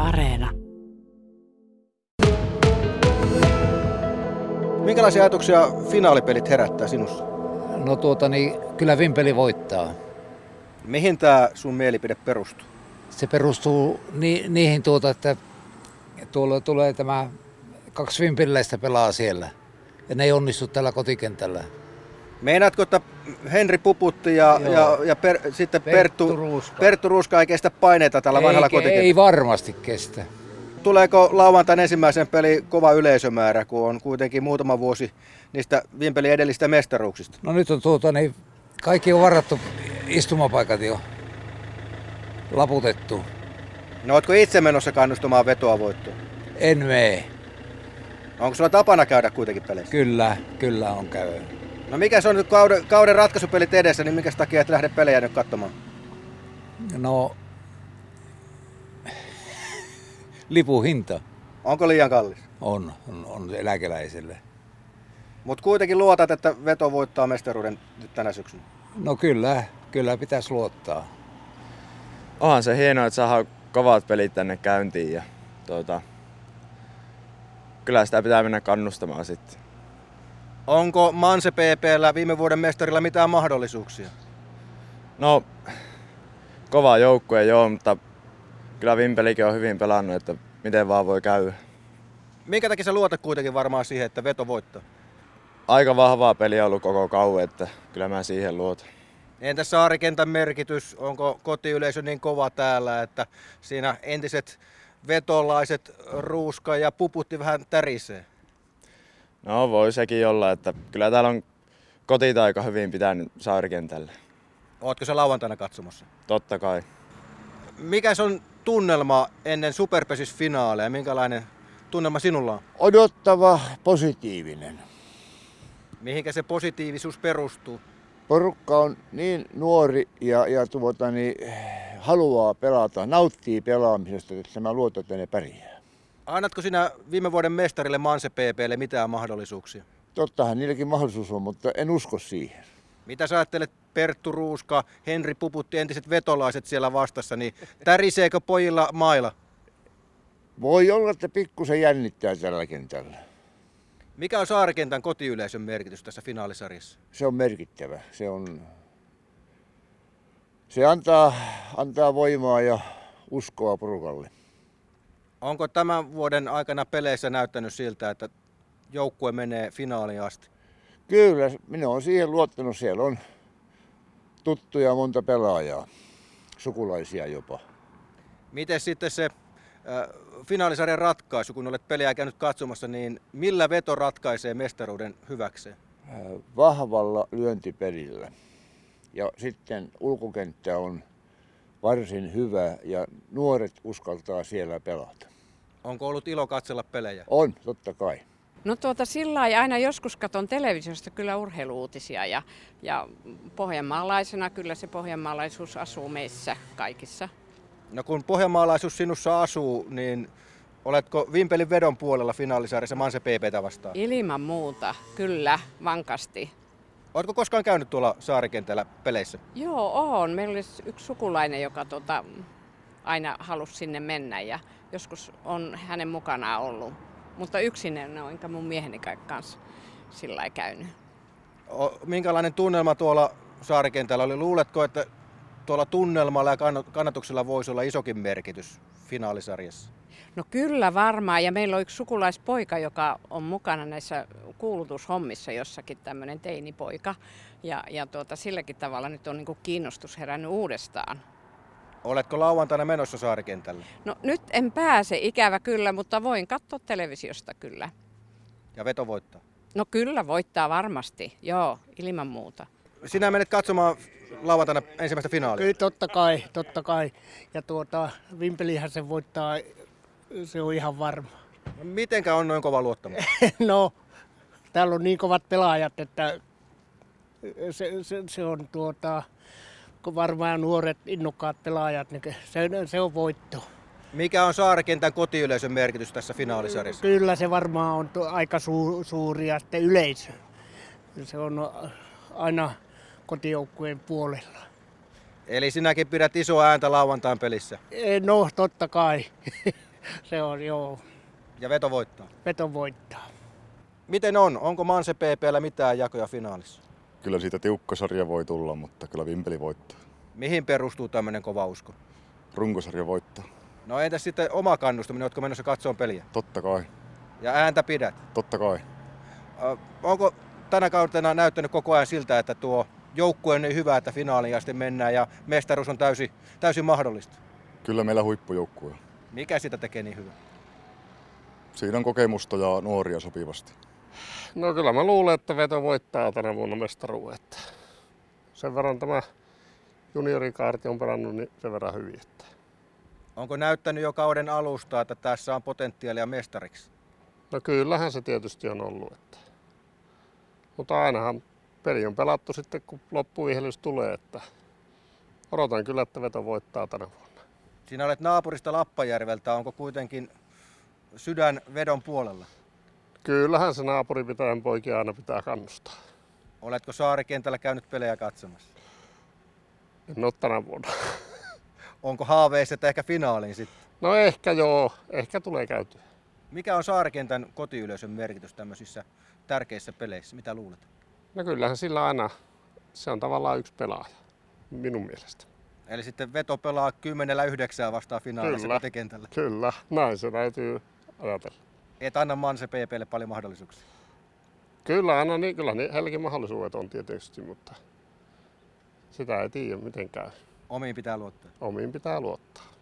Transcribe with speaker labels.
Speaker 1: Areena.
Speaker 2: Minkälaisia ajatuksia finaalipelit herättää sinussa?
Speaker 3: No tuota, niin kyllä Vimpeli voittaa.
Speaker 2: Mihin tämä sun mielipide perustuu?
Speaker 3: Se perustuu ni- niihin tuota, että tuolla tulee tämä kaksi vimpeliläistä pelaa siellä. Ja ne ei onnistu tällä kotikentällä.
Speaker 2: Meinaatko, että Henri Puputti ja,
Speaker 3: Joo.
Speaker 2: ja, ja per, sitten Perttu,
Speaker 3: Perttu Ruuska.
Speaker 2: Perttu Ruuska ei kestä paineita tällä
Speaker 3: ei,
Speaker 2: vanhalla
Speaker 3: ke- ei
Speaker 2: kotikentällä?
Speaker 3: varmasti kestä.
Speaker 2: Tuleeko lauantain ensimmäisen peli kova yleisömäärä, kun on kuitenkin muutama vuosi niistä Vimpelin edellistä mestaruuksista?
Speaker 3: No nyt on tuota, niin kaikki on varattu istumapaikat jo. Laputettu.
Speaker 2: No ootko itse menossa kannustamaan vetoa voittoon?
Speaker 3: En mee.
Speaker 2: Onko sulla tapana käydä kuitenkin peleissä?
Speaker 3: Kyllä, kyllä on käynyt.
Speaker 2: No mikä se on nyt kauden, kauden ratkaisupelit edessä, niin minkä takia et lähde pelejä nyt katsomaan?
Speaker 3: No, lipuhinta
Speaker 2: Onko liian kallis?
Speaker 3: on, on, on eläkeläiselle.
Speaker 2: Mutta kuitenkin luotat, että veto voittaa mestaruuden nyt tänä syksynä.
Speaker 3: No kyllä, kyllä pitäisi luottaa.
Speaker 4: Onhan se hienoa, että saadaan kovat pelit tänne käyntiin ja tuota, kyllä sitä pitää mennä kannustamaan sitten.
Speaker 2: Onko Manse PPllä viime vuoden mestarilla mitään mahdollisuuksia?
Speaker 4: No, kova joukkue joo, mutta kyllä Vimpelikin on hyvin pelannut, että miten vaan voi käydä.
Speaker 2: Minkä takia sä luotat kuitenkin varmaan siihen, että veto voittaa?
Speaker 4: Aika vahvaa peliä ollut koko kauan, että kyllä mä siihen luotan.
Speaker 2: Entäs saarikentän merkitys? Onko kotiyleisö niin kova täällä, että siinä entiset vetolaiset ruuska ja puputti vähän tärisee?
Speaker 4: No voi sekin olla, että kyllä täällä on kotit aika hyvin pitänyt saarikentällä.
Speaker 2: Ootko sä lauantaina katsomassa?
Speaker 4: Totta kai.
Speaker 2: Mikä se on tunnelma ennen Superpesis finaaleja? Minkälainen tunnelma sinulla on?
Speaker 5: odottava, positiivinen.
Speaker 2: Mihinkä se positiivisuus perustuu?
Speaker 5: Porukka on niin nuori ja, ja tuota, niin, haluaa pelata, nauttii pelaamisesta, että mä luotan, että ne pärjää.
Speaker 2: Annatko sinä viime vuoden mestarille Manse PPlle mitään mahdollisuuksia?
Speaker 5: Tottahan niilläkin mahdollisuus on, mutta en usko siihen.
Speaker 2: Mitä sä ajattelet Perttu Ruuska, Henri Puputti, entiset vetolaiset siellä vastassa, niin täriseekö pojilla mailla?
Speaker 5: Voi olla, että pikkusen jännittää tällä kentällä.
Speaker 2: Mikä on saarikentän kotiyleisön merkitys tässä finaalisarjassa?
Speaker 5: Se on merkittävä. Se, on, se antaa, antaa voimaa ja uskoa porukalle.
Speaker 2: Onko tämän vuoden aikana peleissä näyttänyt siltä, että joukkue menee finaaliin asti?
Speaker 5: Kyllä, minä olen siihen luottanut. Siellä on tuttuja monta pelaajaa, sukulaisia jopa. äh,
Speaker 2: Miten sitten se äh, finaalisarjan ratkaisu, kun olet pelejä käynyt katsomassa, niin millä veto ratkaisee mestaruuden hyväkseen?
Speaker 5: vahvalla lyöntipelillä. Ja sitten ulkokenttä on varsin hyvä ja nuoret uskaltaa siellä pelata.
Speaker 2: Onko ollut ilo katsella pelejä?
Speaker 5: On, totta kai.
Speaker 6: No tuota sillä lailla aina joskus katson televisiosta kyllä urheiluutisia ja, ja pohjanmaalaisena kyllä se pohjanmaalaisuus asuu meissä kaikissa.
Speaker 2: No kun pohjanmaalaisuus sinussa asuu, niin oletko Vimpelin vedon puolella finaalisarjassa Manse PPtä vastaan?
Speaker 6: Ilman muuta, kyllä, vankasti.
Speaker 2: Oletko koskaan käynyt tuolla saarikentällä peleissä?
Speaker 6: Joo, on. Meillä oli yksi sukulainen, joka tuota, aina halusi sinne mennä ja joskus on hänen mukanaan ollut. Mutta yksin en ole, enkä mun mieheni kanssa sillä lailla käynyt.
Speaker 2: O, minkälainen tunnelma tuolla saarikentällä oli? Luuletko, että tuolla tunnelmalla ja kann- kannatuksella voisi olla isokin merkitys finaalisarjassa?
Speaker 6: No kyllä varmaan, ja meillä on yksi sukulaispoika, joka on mukana näissä kuulutushommissa jossakin tämmöinen teinipoika. Ja, ja tuota, silläkin tavalla nyt on niinku kiinnostus herännyt uudestaan.
Speaker 2: Oletko lauantaina menossa saarikentälle?
Speaker 6: No nyt en pääse ikävä kyllä, mutta voin katsoa televisiosta kyllä.
Speaker 2: Ja veto voittaa.
Speaker 6: No kyllä, voittaa varmasti, joo, ilman muuta.
Speaker 2: Sinä menet katsomaan lauantaina ensimmäistä finaalia.
Speaker 7: Kyllä totta kai, totta kai. Ja tuota, Vimpelihän se voittaa, se on ihan varma.
Speaker 2: Mitenkä on noin kova luottamus?
Speaker 7: No, täällä on niin kovat pelaajat, että se, se, se on tuota, kun varmaan nuoret innokkaat pelaajat, niin se, se on voitto.
Speaker 2: Mikä on saarikentän kotiyleisön merkitys tässä finaalisarjassa?
Speaker 7: Kyllä se varmaan on tu- aika su, suuri ja sitten yleisö. Se on aina kotijoukkueen puolella.
Speaker 2: Eli sinäkin pidät isoa ääntä lauantain pelissä.
Speaker 7: Eh, No, totta kai. se on joo,
Speaker 2: Ja veto voittaa.
Speaker 7: veto voittaa.
Speaker 2: Miten on? Onko Manse PPllä mitään jakoja finaalissa?
Speaker 1: Kyllä siitä tiukka sarja voi tulla, mutta kyllä Vimpeli voittaa.
Speaker 2: Mihin perustuu tämmöinen kova usko?
Speaker 1: Runkosarja voittaa.
Speaker 2: No entäs sitten oma kannustaminen, oletko menossa katsomaan peliä?
Speaker 1: Totta kai,
Speaker 2: Ja ääntä pidät.
Speaker 1: totta kai.
Speaker 2: Ö, onko tänä kautena näyttänyt koko ajan siltä, että tuo joukkue on niin hyvä, että finaaliin asti mennään ja mestaruus on täysin, täysin mahdollista?
Speaker 1: Kyllä meillä huippujoukkue. on.
Speaker 2: Mikä sitä tekee niin hyvä?
Speaker 1: Siinä on kokemusta ja nuoria sopivasti.
Speaker 8: No kyllä mä luulen, että Veto voittaa tänä vuonna mestaruuden. että Sen verran tämä juniorikaarti on pelannut niin sen verran hyvin. Että.
Speaker 2: Onko näyttänyt jo kauden alusta, että tässä on potentiaalia mestariksi?
Speaker 8: No kyllähän se tietysti on ollut. Että. Mutta ainahan peli on pelattu sitten, kun loppuvihelys tulee. Että odotan kyllä, että Veto voittaa tänä vuonna.
Speaker 2: Sinä olet naapurista Lappajärveltä, onko kuitenkin sydän vedon puolella?
Speaker 8: Kyllähän se naapuri pitää poikia aina pitää kannustaa.
Speaker 2: Oletko saarikentällä käynyt pelejä katsomassa?
Speaker 8: En ole tänä vuonna.
Speaker 2: Onko haaveissa, että ehkä finaaliin sitten?
Speaker 8: No ehkä joo, ehkä tulee käytyä.
Speaker 2: Mikä on saarikentän kotiyleisön merkitys tämmöisissä tärkeissä peleissä? Mitä luulet?
Speaker 8: No kyllähän sillä aina, se on tavallaan yksi pelaaja, minun mielestä.
Speaker 2: Eli sitten veto pelaa 10-9 vastaan finaalissa
Speaker 8: Kyllä.
Speaker 2: kotikentällä.
Speaker 8: Kyllä, näin se täytyy ajatella.
Speaker 2: Et anna Manse PPlle paljon mahdollisuuksia.
Speaker 8: Kyllä, aina niin, kyllä niin Helkin mahdollisuudet on tietysti, mutta sitä ei tiedä miten käy.
Speaker 2: Omiin pitää luottaa.
Speaker 8: Omiin pitää luottaa.